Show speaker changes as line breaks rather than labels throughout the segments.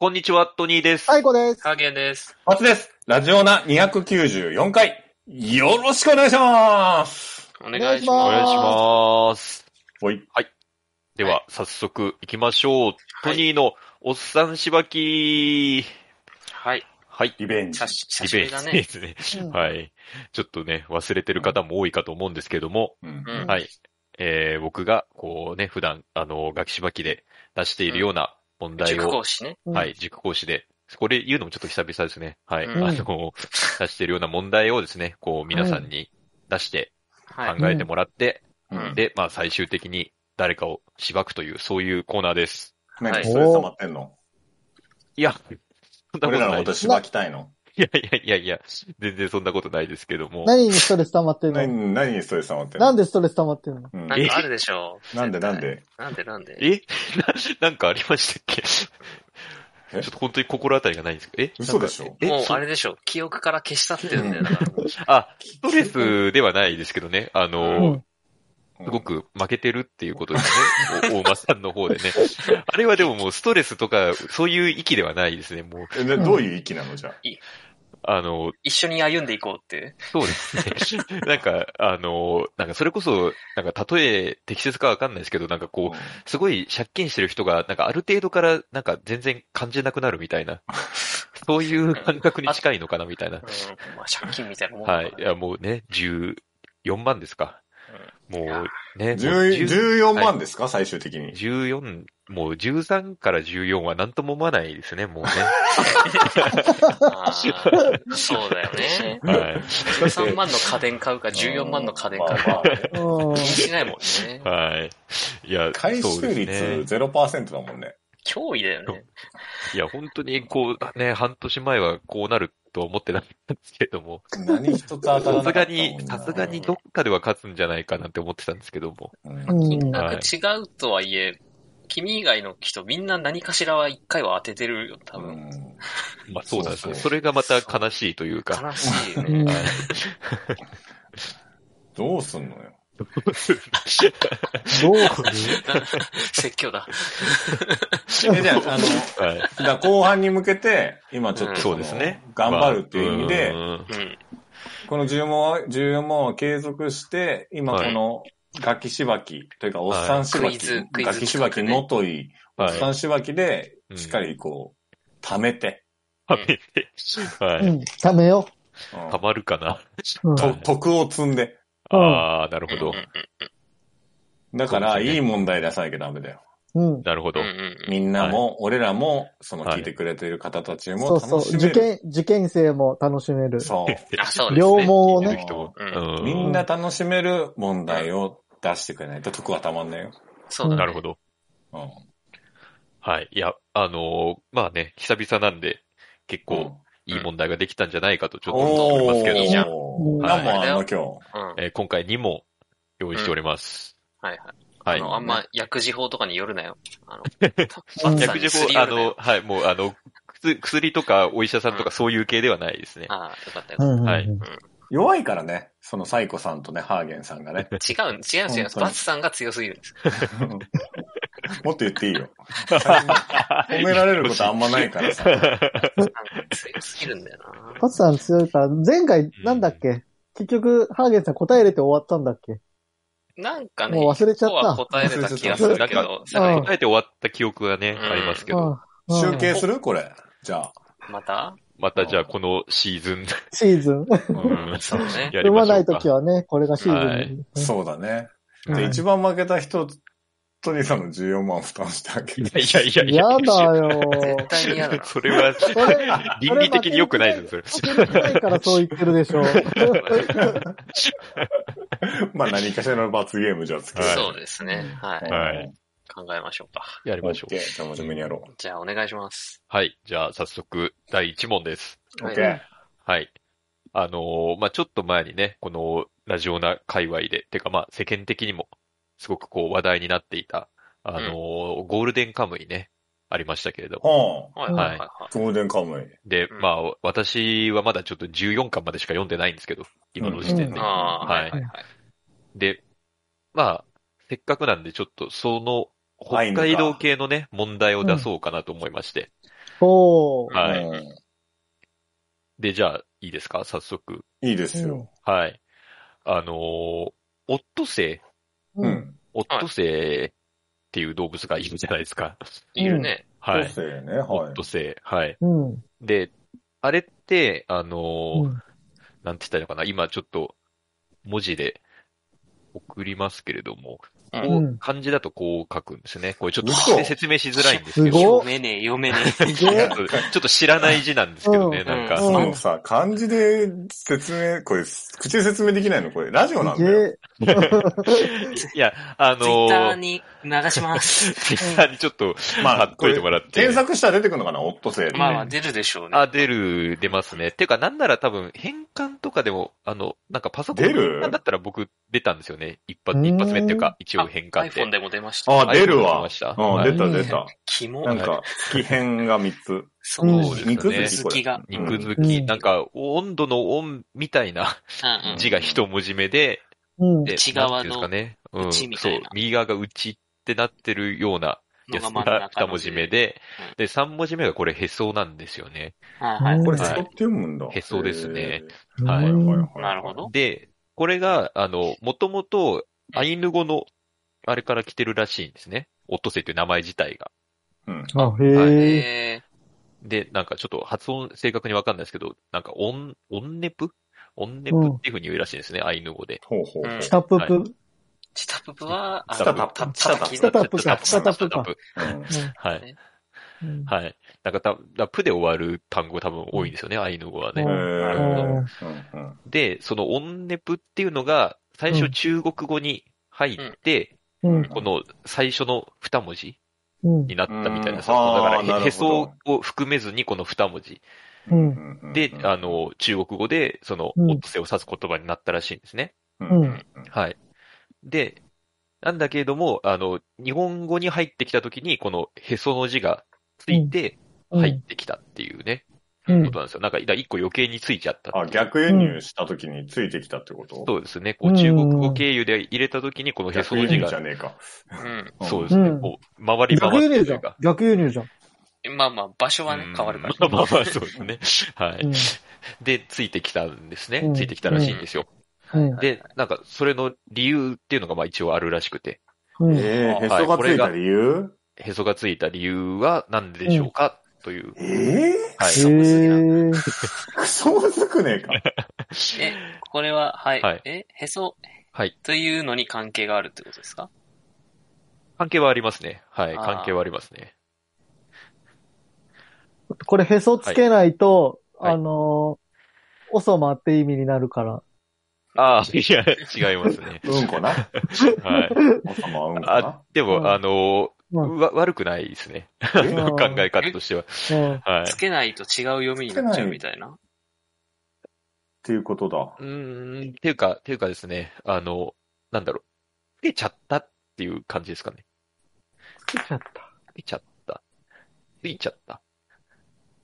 こんにちは、トニーです。
最後です。
ハーゲンです。
松です。ラジオナ294回、よろしくお願いします。
お
願
願
い
い
し
し
お願い
ま
ま
し
す
ます。
ほい。
では、早速行きましょう。
は
ト
い
ニーのおっさんしばき。
す。はい。
はい。
リベンジ
久。し久
リ
しぶ
ベン
りだ
ジ
ね
で。すね。
うん
はい。ちょっとね、忘れてる方も多いかと思うんですけども、
う
う
ん
うん
ん。
はい。えー、僕が、こうね、普段、あの、楽器しばきで出しているような問題
塾
を、
講師ね。
うん
はい、塾講師で、これ言うのもちょっと久々ですね。はい。
うん
あの、出しているような問題をですね、こう、皆さんに出して
は
考
い。
えてもらって、
うん
で、まあ最終的に誰かをしばくという、そういうコーナーです。
は
何
い
ストレス溜まってんの
いや、そんなこと
俺らの
ない
こ
で
と
す。
しばきたいの
いやいやいやいや、全然そんなことないですけども。
何にストレス溜まってるの
何、何にストレス溜まってんの
なんでストレス溜まってるの
うん
なんかあるでしょう。
なんでなん
絶
で
対なんでなんで
え ななんかありましたっけちょ
え
っと本当に心当たりがないんですけど、え
嘘でしょ
なんか
もう
えそ
あれでしょう。記憶から消したってるんだよ。
うん
だからもう
あ、ストレスではないですけどね。あ
う
の、
ん。
すごく負けてるっていうことです ね。お大間さんの方でね。あれはでももうストレスとか、そういう域ではないですね。もう、
えでどういう息なのじゃあ。
あの、
一緒に歩んでいこうって。
そうですね。 なんか、あの、なんかそれこそ、なんか例え適切かわかんないですけど、なんかこう、すごい借金してる人が、なんかある程度から、なんか全然感じなくなるみたいな、 そういう感覚に近いのかなみたいな
うん。。まあ、借金みたいなもんだか
は
ら
い。いや、もうね、14万ですか。もうね、もう
10
10
14万ですか最終的に。
14、もう13から14は何とも思わないですね、もうね。
あーそうだよね。
はい。
13万の家電買うか、14万の家電買う
まあ
か。
まあ
うん
気にしないもんね。
はい。いや、
回収
そう
率
ですね
0%だもんね。
脅威だよね。
いや、本当にこう、ね、半年前はこうなるとは思ってなかったんですけれども、
何一つ当た
さす
らなかったもんな
がに、さすがにどっかでは勝つんじゃないかなって思ってたんですけども。
うん
うん
金額違うとはいえ、君以外の人みんな何かしらは一回は当ててるよ、多分。
うん
まあそうなんですね。
そうそう
それがまた悲しいというか。
悲しいよ
う
ね
ん。
どうすんのよ。
どう
説教だ。
え、じゃあ、あの、
はい
だから後半に向けて、今ちょっ
うん
と、
そうですね。
頑張るっていう意味で、
まあうん
うん。
この14問を、14問を継続して、今
は
こ
い
の楽器しばき、というか、おっさんしば
クイ
き、
ズクイズ
楽器しばきのとい、おっ
はい
さんしばきで、
うん
しっかりこう、貯めて、
はめて
う
はい。
ん。ためよ
うん
たまるかな。
う。うん。
と徳を積んで。
うん
ああ、なるほど
うん。
だから、
そうですね
いい問題出さなきゃダメだよ。
うん。
なるほど。
うんうん
みんなも、俺らも、その
はい
聞いてくれてる方たち
そ
も
うそう
楽。しめ
受
る。
験、受験生も楽しめる。
そう
うんあ、そうですね。
両門を
聞いてる
ね。
人も
う
うん
みんな楽しめる問題を出してくれないと徳はたまんないよ。
そうだね
なるほど。
うん。
はい。いや、あのーまあね、久々なんで、結構いい問題ができたんじゃないかとちょっと思っておりますけど
おー
も
いいじゃん
うん
何問あ
は
んの今
い
日。
うん。はい
えー今回2問用意しております。
はい。
は
あ
い。
の、あんま薬事法とかによるなよ。あの、
うん
薬事法、あ
あ
の
の、、
はい、もう、あの、薬薬とかお医者さんとかそういう系ではないですね。
ああ、よかったよ
う
かっ
んうんうん
はい
弱いからね、そのサイコさんとね、ハーゲンさん がね。
た。違う、違うんです違うんです。
本当に
バツさんが強すぎるんです。
もっと言っていいよ。 褒められることあんまないから さ。
バツさんが強すぎるんだよな。
パツさん強いから、前回なんだっけ結局、ハーゲンさん答え入れて終わったんだっけ
なんかね、
もう忘れちゃっ
一個は
た。
答えれた気がするけ
忘れ
ど、
ちゃった
さ
う
っ
ん
あえて終わった記憶がね、
うん
ありますけ
う
ど、
ん
集
うん
計するこれ。じゃあ。
きまた
またじゃあこのシーズン、
シーズン。
うん
そうね。
やり
読
ま
ま
しょ
な
う
いと
か
き。はね、これがシーズンに。
そうだね。
うん
で、一番負けた人、トニーさんの14万負担してあげる。
いやいやいやい
やだよ。
絶対に嫌だな。
それは、
それ、
倫理的に良くないですよ、そ
負け抜きたいからそう言ってるで しょ。
まあ何かしらの罰ゲームじゃあつける。
そうですね。はい。
はい
考えましょうか。
れ。やり
オ
ましょ
ッ
う
ケ。ー。じゃあ真面目にやろ
じゃあ、お願いします。
はい。じゃあ早速、第1問です。
う。オ
は
ッ
い
ケー。
はい。あのーまあ、ちょっと前にね、このラジオな界隈で、てかまあ、世間的にも、すごくこう話題になっていた、あのーゴールデンカムイね、ありましたけれども。
は
はいはいはいはい。
あ。ゴールデンカムイ。
で、
うん
まあ、私はまだちょっと14巻までしか読んでないんですけど、今の時点で。
うん
ああ、はいはいはい。
で、まあ、せっかくなんでちょっとその、北
愛のか
海道系のね、問題を出そうかなと思いまして。
おー。
はい。
うん
で、じゃあ、いいですか早速。
いいですよ。
はい。あのーオットセイ、
う。
うんん。
オットセイっていう動物がいるじゃないですか。
いるね。
は
個
い。
性ね、
オ
は
ットセイ、はい。
うん。
で、あれって、あのー
うん
なんて言ったらいいのかな、今ちょっと文字で送りますけれども、
う
こ
ん
う、漢字だとこう書くんですね。これちょっと
嘘
口で説明しづらいんですけど、
すごっ
読めねえ、読めね
すげえ。
ちょっと知らない字なんですけどね、
うん
なん
い。
か。
そ
うん
のさ、漢字で説明、これ、口で説明できないのこれ、ラジオなん
す
だよ。
げえ。
いや、あ
え。ツイッター
の
に流し ます。
ツイッターにちょっと
ま
貼
あ
っ、といてもらって。
検索したら出てくるのかなオットセイで。
まあまあ出るでしょうね。
あ、出る、出ますね。てか、なんなら多分、変換とかでも、あの、なんかパソコン
出る
なんだったら僕出たんですよね。一発、一発目っていうか、一応変換って。
iPhone でも出ました。
あ、出
iPhone
る
出
わ
ました。
うん、
はい
出た出た。
キモ
なんか、月編が3つ。
そう
で
うですす
ね
ね。
肉
うん
付きこれ。
が。
うん
肉付き、
うん
なんか、温度の温みたいな
うんうん
字が一文字目で、
うん。
で
内側の
なんていうんですかね。うん、
内みたいな
そう、右側が内ってなってるようなや
の
つ
が真ん中
が
の
二文字目で
うん、
で、三文字目がこれへそなんですよね。
はいはい。
うん
これ、
はい
へそって読むんだ。
へそですね
うん
はい
はい。
なるほど。
で、これが、あの、もともと、アイヌ語の、あれから来てるらしいんですね。オットセイという名前自体が。
うん。
あ、へえ。
え
で、なんかちょっと発音正確にわかんないですけど、なんか、オン、オンネプオンネプっていうふうに言うらしいんですね、アイヌ語で。
ほうほうほ
うん
う。
チタププ。
ー、チタププは、あ
チタプ
た
チタプ
チ
チタ
タ
タ
プ
プか。チタタプか。
うん
はい。
うん
はい。なんかた、だプで終わる単語多分多いんですよね、アイヌ語は
う
へ
ね。
ー
る
ほ
うんうん
で、そのオンネプっていうのが、最初中国語に入って、
うん。
この最初の二文字
うん。
になったみたいなさ、
うんあー
だか
な
ら
るほ
へ
ど
へそを含めずにこの二文字。
う。
うんんうん
で、あ、の、中国語で、その、
うん
オットセイを指す言葉になったらしいんですね。
うん
うん
うん
はい。で、なんだけれども、あの、日本語に入ってきたときに、このへその字がついて
うん
入ってきたっていうね、
うん
ことなんですよ。なんか、だから一個余計についちゃったっていう
あ、逆輸入した時についてきたってこと
そうですね。こう、中国語経由で入れたときに、このへそ
逆
の
輸
字
入じゃ
が、
ねえか。
うん。
そうで
ね。
すね
う。ん
こう、回り
逆
回
輸
って
入
と
じ
い
ゃ
うんか。。
逆輸入じゃん。
まあまあ、場所はね
う、ん
変わるから。
まあまあまあ、そうですね。は
う
い
ん。
で、ついてきたんですね
う。ん
ついてきたらしいんですよ。
うん
で、なんか、それの理由っていうのが、まあ一応あるらしくて、
うん。
ええ、へそがついた理由
へそがついた理由は何でしょうか、という。
ええ
は
へ
い。
え。
クソむずくねえか。
え、これは、はい。
はい
え、へそ
はい。
というのに関係があるってことですか
関係はありますね。はい。
あー
関係はありますね。
これへそつけないと、
はい
あのー、おそまって意味になるから。
ああ、いや、違いますね。
うんこな。
はい。
おさまはうんこ
あ
な。、
で
うん
も、あのー
うん
わ悪くないですね。
え
考え方としては。
うん
はい
つ。けないと違う読みになっちゃうみたいな。
っていうことだ。
うーん、っていうか、っていうかですね、あの、なんだろう。つけちゃったっていう感じですかね。
つけちゃった。
つけちゃった。ついちゃった。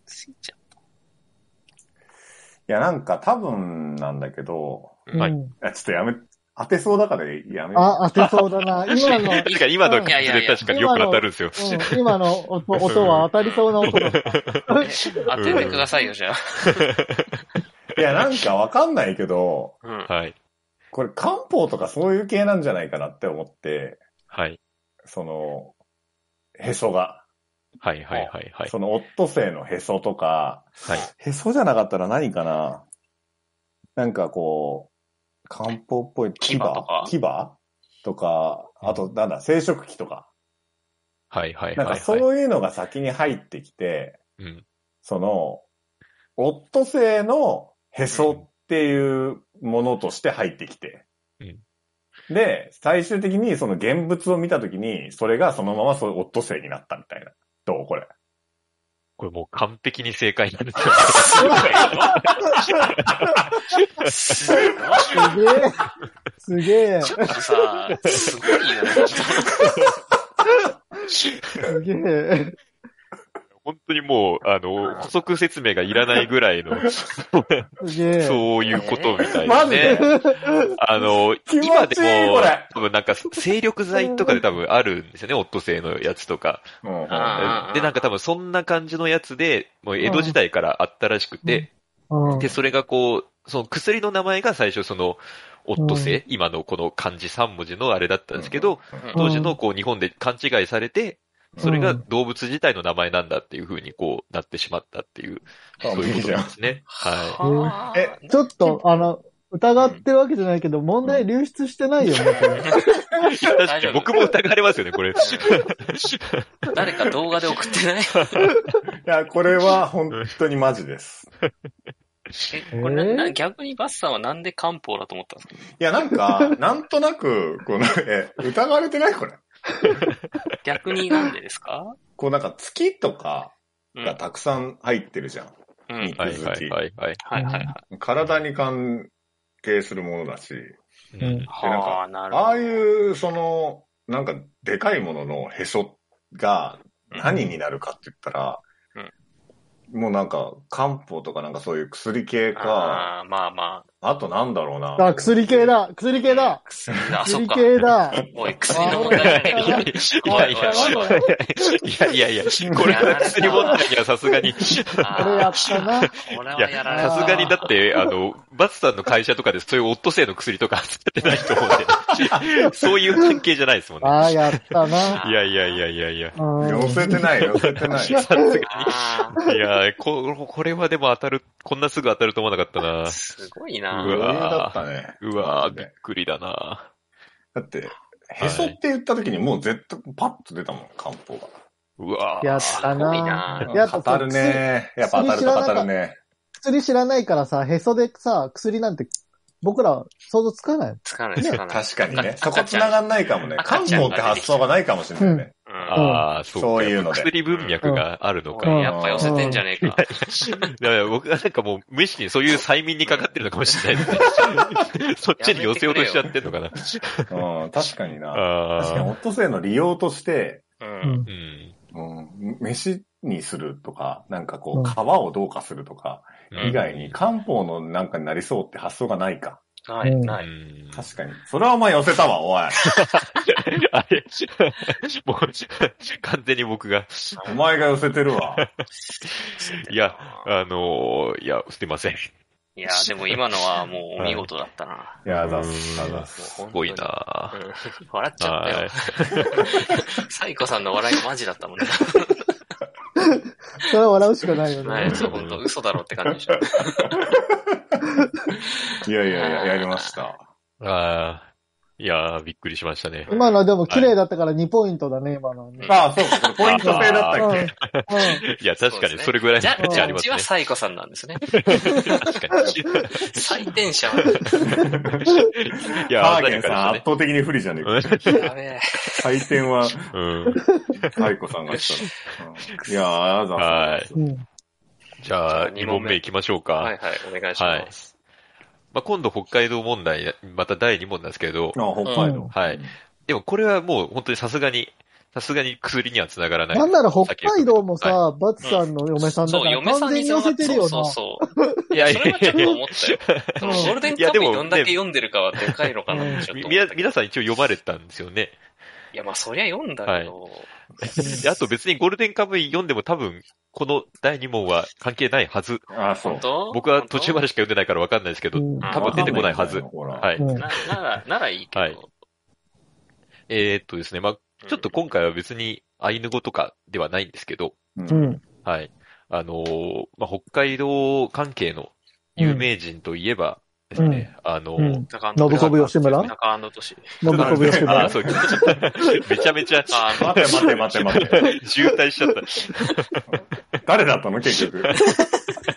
ついちゃ
いや、なんか多分なんだけど、
う
は
う
い。
ん
いやちょっとやめ、当てそうだからやめよう
あ、当てそうだな。今の、
確かに今の
うん
感じで確かによく当たるんですよ。
うん今の音音は当たりそうな音だった。
う。え当ててくださいよ、じゃあ。
いや、なんかわかんないけど、
うん。
はい。
これ漢方とかそういう系なんじゃないかなって思って、
はい。
その、へそが、
はい、はい、はい、はい。
そのオットセイのへそとか、
はい。
へそじゃなかったら何かななんかこう、漢方っぽい牙
牙とか
牙とか、あとなんだ、生殖器とか。
はい、はい、
なん
はい。は
か
い
そういうのが先に入ってきて、
うん。
その、オットセイのへそっていうものとして入ってきて。
うん
で、最終的にその現物を見たときに、それがそのままそういうオットセイになったみたいな。どうこれ。
これもう完璧に正解なんです
すごい。
すげえ。すげえ。
ちょっとさ、すごいな。
すげえ。
よ。本当にもう、あの、補足説明がいらないぐらいの、
すげえ。
そういうことみたい
マ
な
ジ
ね
で。
あの、
気持ちいい
今でも
これ、
多分なんか、精力剤とかで多分あるんですよね、オットセイのやつとか。
うん
あー
で、なんか多分そんな感じのやつで、もう江戸時代からあったらしくて、
うん
で、それがこう、その薬の名前が最初その、オットセイ、今のこの漢字3文字のあれだったんですけど、、
うん
当時のこう日本で勘違いされて、それが動物自体の名前なんだっていう風にこうなってしまったっていう、
うん
そういうことなんですね。は
はあ
え
ちょっと、あの、疑ってるわけじゃないけど、問題流出してないよね、これ。
い。確かに僕も疑われますよね、こ れ。
誰か動画で送ってない
いや、これは本当にマジです。
え、これな、な逆にバスさんはなんで漢方だと思ったんですか
いや、なんか、なんとなく、この、 え、疑われてないこれ。
逆になんでですか
こうなんか月とか
うん。
がたくさん入ってるじゃん。
うん。はい
はいはいはいはい。
はいはい。
体に関係するものだし、
ん
うん
なんか
はあ、なるほど。
ああいう、その、なんか、でかいもののへそが何になるかって言ったら、もうなんか、漢方とかなんかそういう薬系
あ
か、
ーまあま
あとなんだろうな。
あ、薬系だ薬系だ
あ。あ、そっ
薬
か。
系だ
おい、薬の問題じゃねえ
いや
か
いやいや、いやいやいや、これは薬問題にはさすがに、い
これやったな。
これはや
や、
られた
さすがにだって、あの、バツさんの会社とかでそういうオットセイの薬とか扱ってないと思うんで、そういう関係じゃないですもんね。
ああ、やったな。
いやいやいやいやいや。
うん
寄せてない、寄せてない。
さすがに。
あ
いやーこ、これはでも当たる、こんなすぐ当たると思わなかったな
ー。すごいう
わ
な
余裕だったね。
うわー、びっくりだな。
だって、へそって言った時にもう絶対パッと出たもん、漢方が。
うわー。
やっ
す
た
ごい
な。
な
やっぱそう
当たるね。やっぱ当たる
薬知らな
と
かった
当たるね。
薬知らないからさ、へそでさ、薬なんて、僕ら想像つかない。
つかないつかない。
確かにね。そ
赤
こ
ちゃ
繋
ん
がんないかもね。漢
赤ちゃ
方
ん
っ
が
て発想がないかもしれないね。
う
ああ、そうか
そういうので
やっぱ薬文脈があるの
ん
か。
うん
い
やっぱ寄せてんじゃねえか。
やいや、僕がなんかもう無意識にそういう催眠にかかってるのかもしれないですね。そっちに寄せようとしちゃってんのかな。
うん、確かにな。確かに、
あ
オ
あ。
ットセイの利用として、
うん。
うん。
うん、飯にするとか、なんか
う
こ
ん
う、皮をどうかするとか、
うん
以外に漢方のなんかになりそうって発想がないか。
ない、
うん
な
う
い。
ん
確かに。それはお前寄せたわ、おい。
あれ、もう、完全に僕が、
お前が寄せてるわ。
いや、あのーいや、 すいません。
いや、 でも今のはもうお見事だったな。
いや、ざっす、あざっす。
すごいな
うん笑っちゃった
は
よ
い。
サイコさんの笑いがマジだったもんね。
それは笑うしかないよ
な
ね
い、。ちょっと嘘だろって感じでし ょ。
いやいやいや、やりました。
ああ。いやー、びっくりしましたね。
今のはでも綺麗だったから2ポイントだね、今のはね。
ああ、そうか、これポイント制だったっけ
う
いや、確かにそれぐらい
じゃ
の
あ、
価
ジ
値あ
ャ
り
ッ
ます
ジ
ね
は。サイコさんなんです ね。
確かに。
採点者は。
い
ハ
や、
ーゲン
鮮
さん
や
圧倒的に不利じゃねえ
かで
か。
したね。
やべえ。
採点は、
うん。
サイコさんがした ら。うんいやー、あざっす。
んうん。
じゃ
じゃ
あ、
あ
2
二
問
問
目
目
行きましょうか。
はいはい、お願いします。
まあ、今度北海道問題、また第2問なんですけれど、
あ、北海
うん
道。
はい。でもこれはもう本当にさすがに、さすがに薬には繋がらない。
なんなら北海道もさ、バツさんの嫁さんだ
そう、
から
嫁さ
完
ん
全に
に
寄せてるよ
そ
な
う。そう
いや
そう。
いや
それはいちょっと
やい
思ったよ。そのゴールデンカップにどんだけ読んでるかはでかいのかなってちょっと
や、み
思っ
な
たけど。
皆さん一応読まれたんですよね。
いや、まあそりゃ読んだけど。
であと別にゴールデンカムイ読んでも多分、この第2問は関係ないはず。
あ、そう
本。当
僕は途中までしか読んでないから分かんないですけど、
うん
多分出てこないはず。
ほら。
はい。
うん
な、なら、ならいいけど。
はいえーっとですね、まあちょっと今回は別にアイヌ語とかではないんですけど、
う。
うんん。
はい。あのーまあ、北海道関係の有名人といえばですね、あのー
うん
中
信子吉村
中安都市。
信子部よし
あ
だ
ー、。そう、 めちゃめちゃ
あの、
待て待て待て待て。
渋滞しちゃった。
誰だったの結局。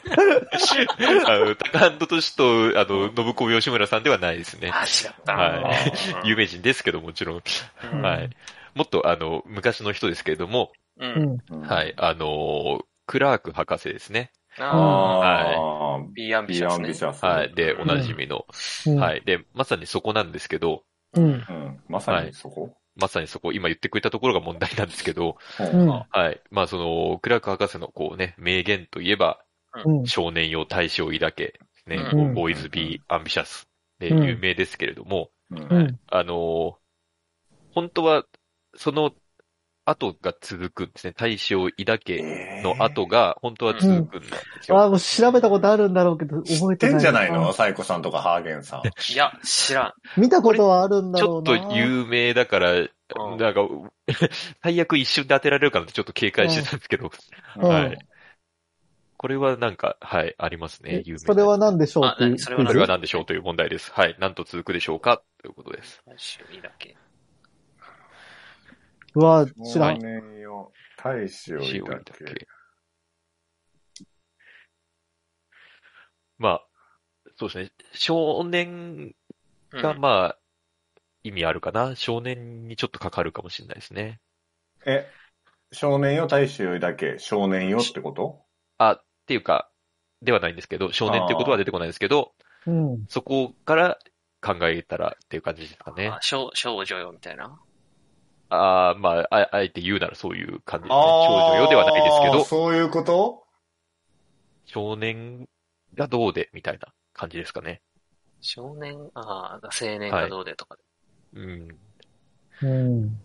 あの、高安都市と、あの、信子吉村さんではないですね。
あ、違った。
はい
うん
有名人ですけどもちろん。
うん
はい。もっと、あの、昔の人ですけれども、
う。
うんん。
は
はい。
い。あのークラーク博士ですね。
ああ、
あー、
ビーアンビ
ビ
シ
ー
ャ
ア
ス
ン
ね
ビシ。ャス。
はい。で、おなじみの。
うん
は。い。で、まさにそこなんですけど、
うん。
うん。まさにそこ
まさにそこ、今言ってくれたところが問題なんですけど、
うん。
はい。まあ、その、クラーク博士のこうね、名言といえば、
うん。
少年よ大志を抱け、ね、
うん
ボーイズビーアンビシャスで
うん
有名ですけれども、
う
うん
ん。
あのー本当は、その後が続くんですね。大志を抱けの後が、本当は続くんです
ああ、
よ。
もう調べたことあるんだろうけど、
知
覚え
って
ない。
てんじゃないのサイコさんとかハーゲンさん。
いや、知らん。
見たことはあるんだ
ちょ
ろう
っ
な。
と有名だから、
うん
なんか、 最悪一瞬で当てられるかなってちょっと警戒してたんですけど、
うん
はい。これはなんか、はい、ありますね。有名な
それは何でしょう
あ
っていう
何それは
それは
ク
何でしょうという問題です。はい。何と続くでしょうかということです。
趣味だけ。
イズは知ら
少
ん。
年よ大使をい
塩
た
だ
っけ。
け。まあ、そうですね。少年
うん
が、まあ、意味あるかな。少年にちょっとかかるかもしれないですね。
え、少年よ大使をいたっけ。少年よってこと
あ、っていうか、ではないんですけど、少年っていうことは出てこないですけど、
うん。
そこから考えたらっていう感じですかね
あ。少少女よ、みたいな。
ああ、まああ、あえて言うならそういう感じですね。
あー
少女よではないですけど、
そういうこと
少年がどうで、みたいな感じですかね。
少年、ああ、青年がどうでとか。
うん。
うん。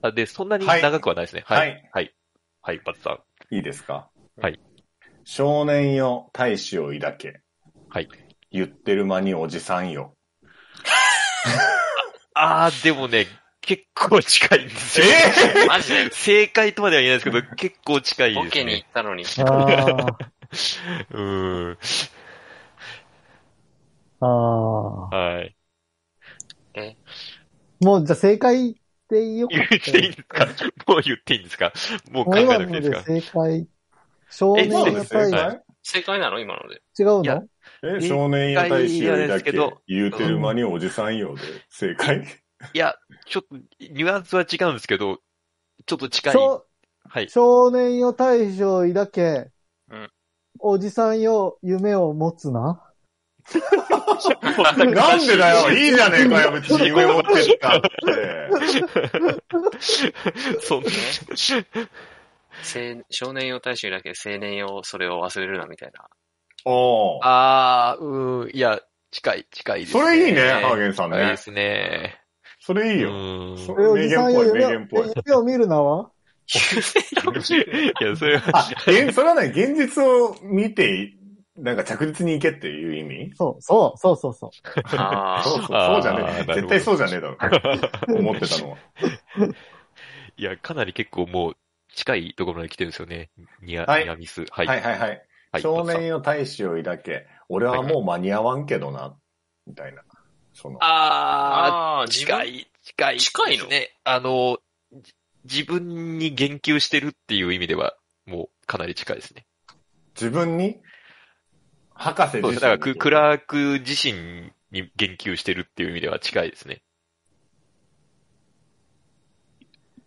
あで、そんなに
はい
長くはないですね。
は
はいい。はい。はい、バツさん。
いいですか
はい。
少年よ大使をいたっけ。
はい。
言ってる間におじさんよ。
あー、でもね、結構近いんですよ。
マジで
正解とまでは言えないですけど、結構近いですね。
ボケに行ったのに。
ああ。
うーん。
ああ。
はい。
もうじゃあ正解でいいよか
言っていいんですか もう言っていいんですかもう考
もう
え
今
なく
の
ていい
で
ですか
正解。少年
そう
の
です正解
最後、
は
正解なの今ので。
違う
いや
の
え、少年よ大使をいたっけ。言うてる間におじさんよで正解
いや、ちょっと、ニュアンスは違うんですけど、ちょっと近い。
少
はい。
少年よ大将抱け、
うん
おじさんよ夢を持つな。
なんでだ よ いいじゃねえかよ、別に夢持ってった って。
そんな、
青少年用大衆だけ青年用それを忘れるな、みたいな。
おー
あー、うーん、いや、近い、近いです
そ
ね。
れいいね、ハーゲンさん
近いで
ね。
すね。
それいいうよ。
ーん
そ
え、おじさんよ夢を
名言っぽい名言っ
夢を見るなは
いや、それは、
あ、えそれはね、現実を見てい、なんか着実にいけっていう意味
そう、そう、そうそうそう。
あ
そうそう、そう
あー
じゃねえ。
なるほど
絶対そうじゃねえだろ。思ってたのは。
いや、かなり結構もう、近いところまで来てるんですよね。ニア、
はい
ニアミス。はい。
はいはいはい。
はい
少年よ大使を抱け、俺はもう間に合わんけどな、みたいな。その、
あ
ああ、
ー、
自
近
分、
い、近い、
近いの
ね。あの、じ自分に言及してるっていう意味では、もう、かなり近いですね。
自分に、博士
そう
自
で
身
す。だからク、クラーク自身に言及してるっていう意味では近いですね。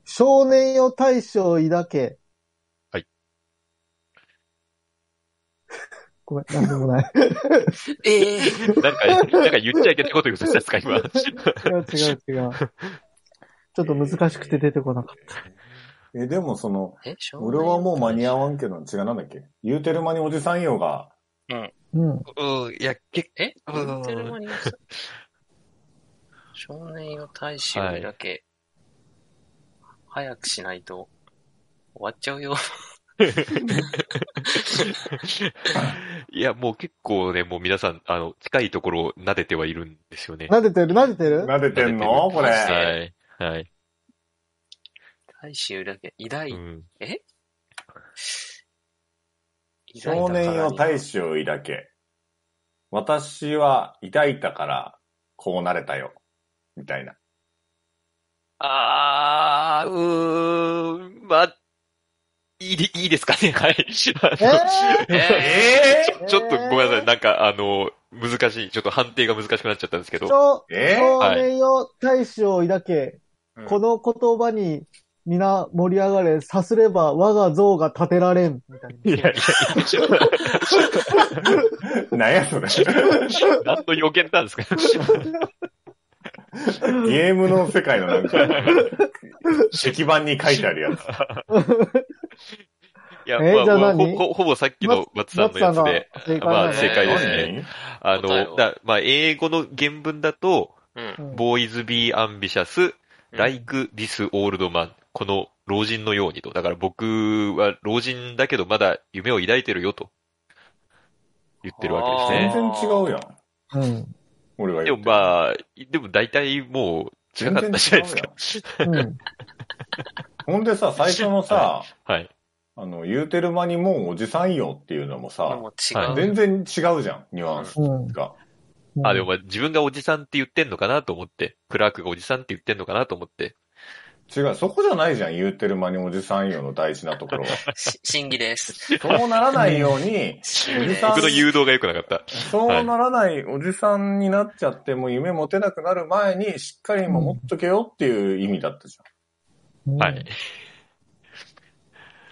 少年よ大将抱け。
はい。
ごめん、なんでも ない。
ええ
なんか、なんか言っちゃいけないこと言うとしたんですか、今。
違う違う違 う。ちょっと難しくて出てこなかっ
え、でもその、
え少年
俺はもう間に合わんけど、違う、なんだっけ言うてる間におじさんよが、
た。うん。
うん、いや、結
え
うん
言ってる間に少年よ大衆だけ、早くしないと終わっちゃうよ。
いや、もう結構ね、もう皆さん、あの、近いところを撫でてはいるんですよね。
撫でてる撫でてる
撫でてんのこれ。
はい。はい。
大衆だけ、偉大、
うん。
偉大な
少年よ
体
大使を抱け、私は抱いたから、こうなれたよ。みたいな。
あー、うーん、まあ、いいで、いいですかね、はい。
えー
え
あのちょっとごめんなさい、なんか、あの、難しい、ちょっと判定が難しくなっちゃったんですけど。
少
えー
少年よ大使を抱け、
うん
この言葉に皆盛り上がれ、さすれば我が像が立てられん。みたい
いやいやいや、
何やそれ。
何の予言なんですか
ゲームの世界のなんか、石板に書いてある やつ。
いや、
え
まあ、
じゃあ
まあ
何
ほほほぼさっきの松さんのやつ
松さんが
で、
正解
ま
な
あ
の
正解ですね。あ
答え
の、
を
だまあ英語の原文だと、
うん。
うん
boys be ambitious,
うん
like this old man, この老人のようにと。だから僕は老人だけどまだ夢を抱いてるよと言ってるわけです
全
ね。
然違うやん。
うん。
俺は
で
言
も
ってる
まあ、でも大体もう違かったじゃないですか。
うん。
ほんでさ、最初のさ、
はい。
あの、言うてる間にもうおじさんよっていうのも
で
さ、
も
はい
違う。
全然違うじゃん、ニュアンス
うん。
が。
うん
あ、でも、まあ自分がおじさんって言ってんのかなと思って、クラークがおじさんって言ってんのかなと思って。
違う、そこじゃないじゃん、言うてる間におじさんよの大事なところは。
し審議です。
そうならないように、
審議
お
で
じ
す
さん。
僕の誘導が良くなかった。
そうならないおじさんになっちゃって、もう夢持てなくなる前に、しっかり今持っとけよっていう意味だったじ
うん
はい。。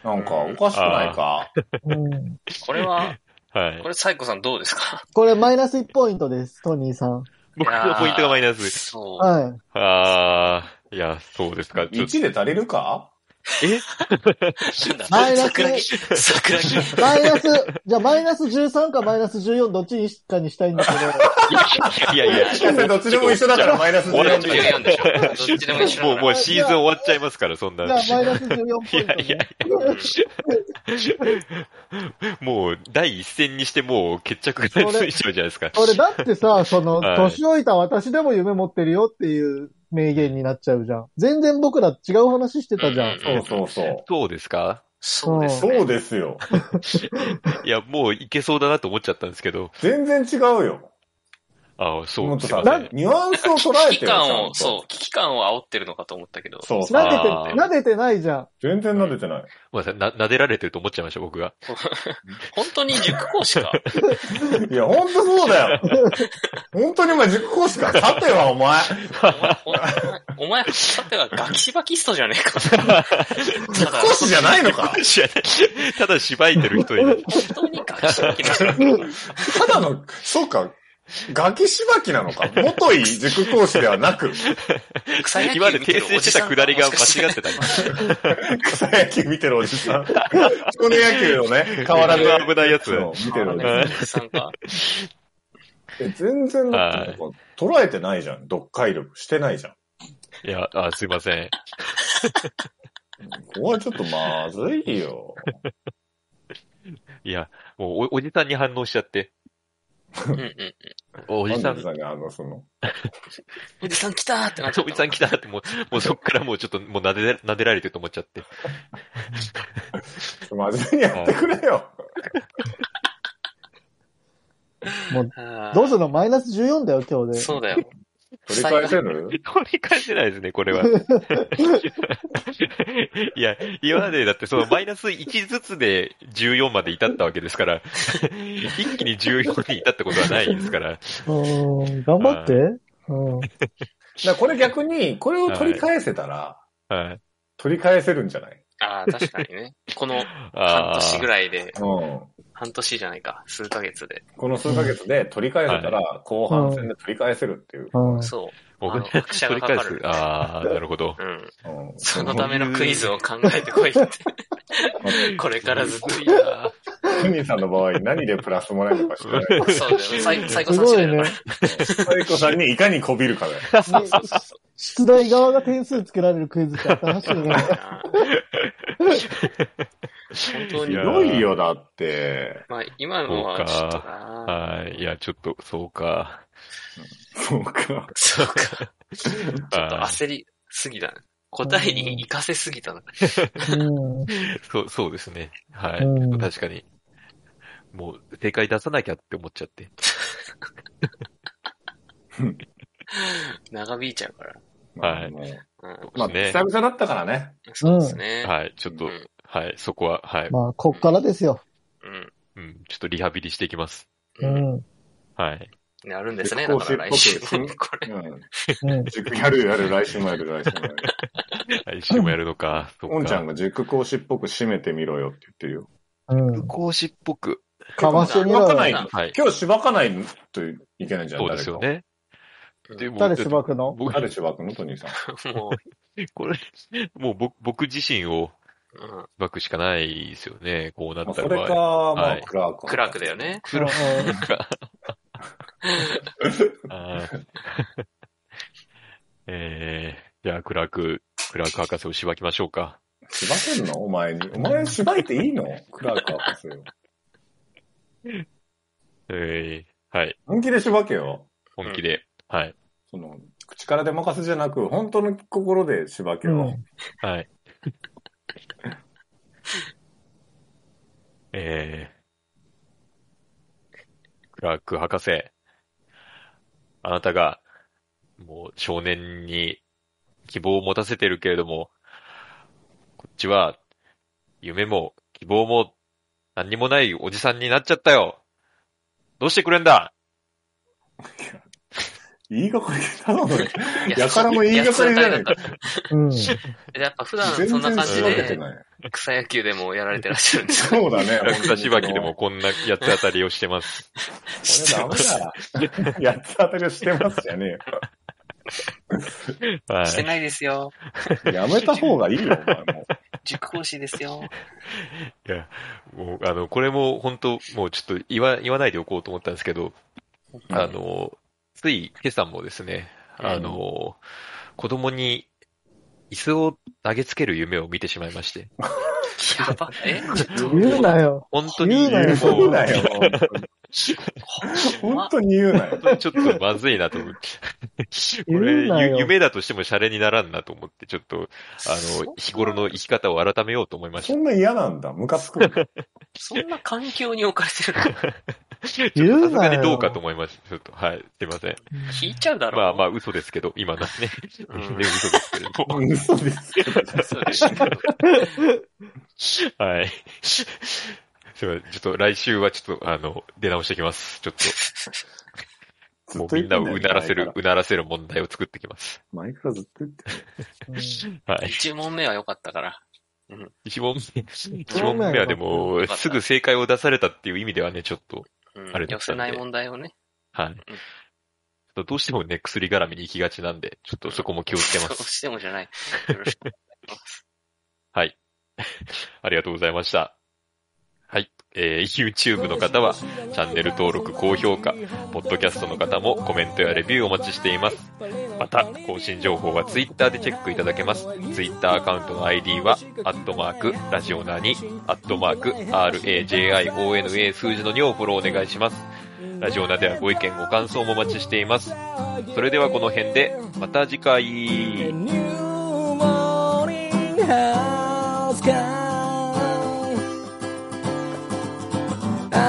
ゃん。なんか、おかしくないか。
うん
これ は、
はい
こ。れサイコさんどうですか
これマイナス1ポイントです、トニーさん。
僕のポイントがマイナス。
そう。
は
ああ、いや、そうですか。ちょっと、
1で足りるか
え
マイナス
桜木、桜木。
い。マイナス、じゃあマイナス13かマイナス14どっちにしかにしたいんだけ ど、
いやいやい
先生
や。
どっちでも一緒だからマイナス
終わ
14
っ
で
ち
いい
ゃ
よ
う。
14でしょどっちでも一緒だから
もう、もうシーズン終わっちゃいますから、そんな。い
じゃあマイナス14ポイント、ね。
いやい や、もう、第一戦にしてもう決着がついちゃうじゃないですか。
俺だってさ、その、
はい
年老いた私でも夢持ってるよっていう名言になっちゃうじゃん。全然僕ら違う話してたじゃん。
そうそうそう。
そうですか
そうです
そう
ね。
ですよ。
いや、もういけそうだなと思っちゃったんですけもう
全然違うよ。
けど。ああ、そ
もっ
う、
と
すいま
さ、
せ。
なんニュアンスを捉え
危
て
機
るちゃん
感を、
と
そう、危機感を煽ってるのかと思ったけど。
そうそう。
なんで
撫でて、撫でてないじゃん。
全然撫でてない。
ごめんなさい、な、撫でられてると思っちゃいました、僕が。
本当に塾講 師か。
いや、ほんとそうだ よ。ほんとにお前塾講師か。さてはお前。
お前、お前、さてはガキシバキストじゃねえか。ただ
塾講師じゃないのか。
知らないただしばいてる人になっちゃ
本当にガキシバキの人なんだ
ただの、そうか。ガキしばきなのか。元い塾講師ではなく、
草野
今まで
球見
訂
てる
正
おじ
し
さ
た
ん
くだりが間違
っ
ってた。
草野球見てるおじさん。少年野球のね、 変わらず
危ないやつ
そう見てるおじ
うん
おじさんか。
さんえ。全然だってなんか捉えてないじゃん。読解力してないじゃん。
いや、あすいません。
ここはちょっとまずいよ。
いや、もうお、おじさんに反応しちゃって。
うんうん。
おおじさん、
なんでさあの、その、
おじさん来たーってなっちゃ
お
っ
じ
た
さん来たって、もう、もうそっからもうちょっと、もう撫で、撫でられてると思っちゃって。
真面目にやってくれよ。
あー
どうするのマイナス14だよ、今日で。
そうだよ。
取り返せる
取り返せないですね、こ れは。いや、今までだってそのマイナス1ずつで14まで至ったわけですから、一気に14に至ったことはないですから。
うーん、頑張って。うん。
だからこれ逆に、これを取り返せたら、
はい。
取り返せるんじゃない
ああ、確かにね。この半
ああ。
年ぐらいで、
うん。
半年じゃないか、数ヶ月で。
この数ヶ月で取り返せたら、後半戦で取り返せるっていう。
うん
そう。
僕
あの拍車
取
が
り
かか
返
る
す。ああ、なるほど。
うん。
うん
そのためのクイズを考えてこいって。これからずっと。
いや
クニさんの場合、何でプラスもらえるか知 らない。
そうだよね。サイサイコ
す
さん
ご
次
い
第だか
ね
ら。。
サイコさんにいかにこびるかだよ。
ね 出題側が点数つけられるクイズって新しいね。
本当
ひ
に
や。
どいよ、だって。
まあ、今のはちょっとな。
はい。いや、ちょっと、そうか。
そうか。
そうか。ちょっと
あ
焦りすぎだね。答えに行かせすぎたのか。
うん。
そう、そうですね。はい。
うん
確かに。もう、正解出さなきゃって思っちゃって。
長引いちゃうから。
はい
まあ
うん。
まあ、
ね
久々だったからね。
そうですね。
はい。ちょっと
う、ん
はい。そこは、はい。
まあ、こっからですよ。
うん。
うん。ちょっとリハビリしていきます。
う
うん。
ん。うん。
はい。
なるんですね。だ
結
か
構
ら来週
しっぽ
も
く
こ
う
れ。
ん。塾やるやる、来週もやる、来週もやる。
来週もやるのか。そうか。
おんちゃんが塾講師っぽく締めてみろよって言ってるよ。
うん。
講師っぽく。
かましてみろ
しばか
よ
ない。
はい。
今日しばかないといけないんじゃん、
そうですよね。でも
誰しばくの
僕、
ある種枠のトニーさん。
も
これ、もう僕僕自身を
う、うん、
バくしかないですよね。こうな
まあ、
った
そ
ら場合
れか、ま
は
あ
い、
クラーク。
クラークだよね。
黒
うん
が。あー えー、じゃあ、クラーク、クラーク博士をしばきましょうか。
しばけんのお前に。お前しばいていいのクラーク博士を。
えー、はい。
本気でしばけよ。
本気で。はい。
その、口からで任せじゃなく、本当の心でしばけよ。
うん
はい。 えー、クラーク博士、あなたが、もう少年に希望を持たせてるけれども、こっちは、夢も希望も何にもないおじさんになっちゃったよ。どうしてくれんだ
言いがかりだな、俺。
い
やからも言いがかりじゃないか。
うん。
やっ ぱ普段
全
そんな
然
感
し
じ
ばけて
で、
ない。
草野球でもやられてらっしゃるんです
そうだね。
草しばきでも。こんなやつ当たりをしてます。
俺ダメだ。やつ当たりをしてますじゃね
は
して
い。
ないですよ。
えよ。やめた方がいいよ、お前も。
塾講師ですよ。
もう、あの、これも本当もうちょっと言わ、言わないでおこうと思ったんですけど、あの、つい今朝もですね、あの、子供に椅子を投げつける夢を見てしまいまして、
やば、え
言うなよ。
本当に、
言うなよ
も
言う
う、
なよ。
ほん
本
ま
当に言うなよ。
ちょっとまずいなと思って。 こ
言うな
れ、
よ
ゆ夢だとしてもシャレにならんなと思って、ちょっと、あ
そ
の、日頃の生き方を改めようと思いまし
そ
た。
んな嫌なんだ。ムカつく。
そんな環境に置かれてる
ちょっと
言
さ
う
す
な
が
よ
にどうかと思いました。ちょっと、はい、すいません。
引いちゃうだろ。
まあまあ、嘘ですけど、今の ね。
うん
嘘ですけれども。
嘘ですけど。
そうですよ
はい。 すいません。ちょっと来週はちょっと、あの、出直してきます。ちょっと、もうみんなをうならせる、うならせる問題を作ってきます。
前からずっと言ってる。
はい。
一問目は良かったから。
一 問目、一問目はでも、すぐ正解を出されたっていう意味ではね、ちょっと、
うん
あれだ
寄
った
せ
んで
ない問題をね。
はい。ちょっとどうしてもね、薬絡みに行きがちなんで、ちょっとそこも気をつけま
どう
す。
してもじゃない。よろしく
はい。ありがとうございました。はい。えー、YouTube の方は、チャンネル登録、高評価、ポッドキャストの方もコメントやレビューをお待ちしています。また、更新情報は Twitter でチェックいただけます。Twitter アカウントの ID は、アットマーク、ラジオナーに、アットマーク、RAJIONA 数字の2をフォローお願いします。ラジオナではご意見、ご感想もお待ちしています。それではこの辺で、また次回。
A new morning has come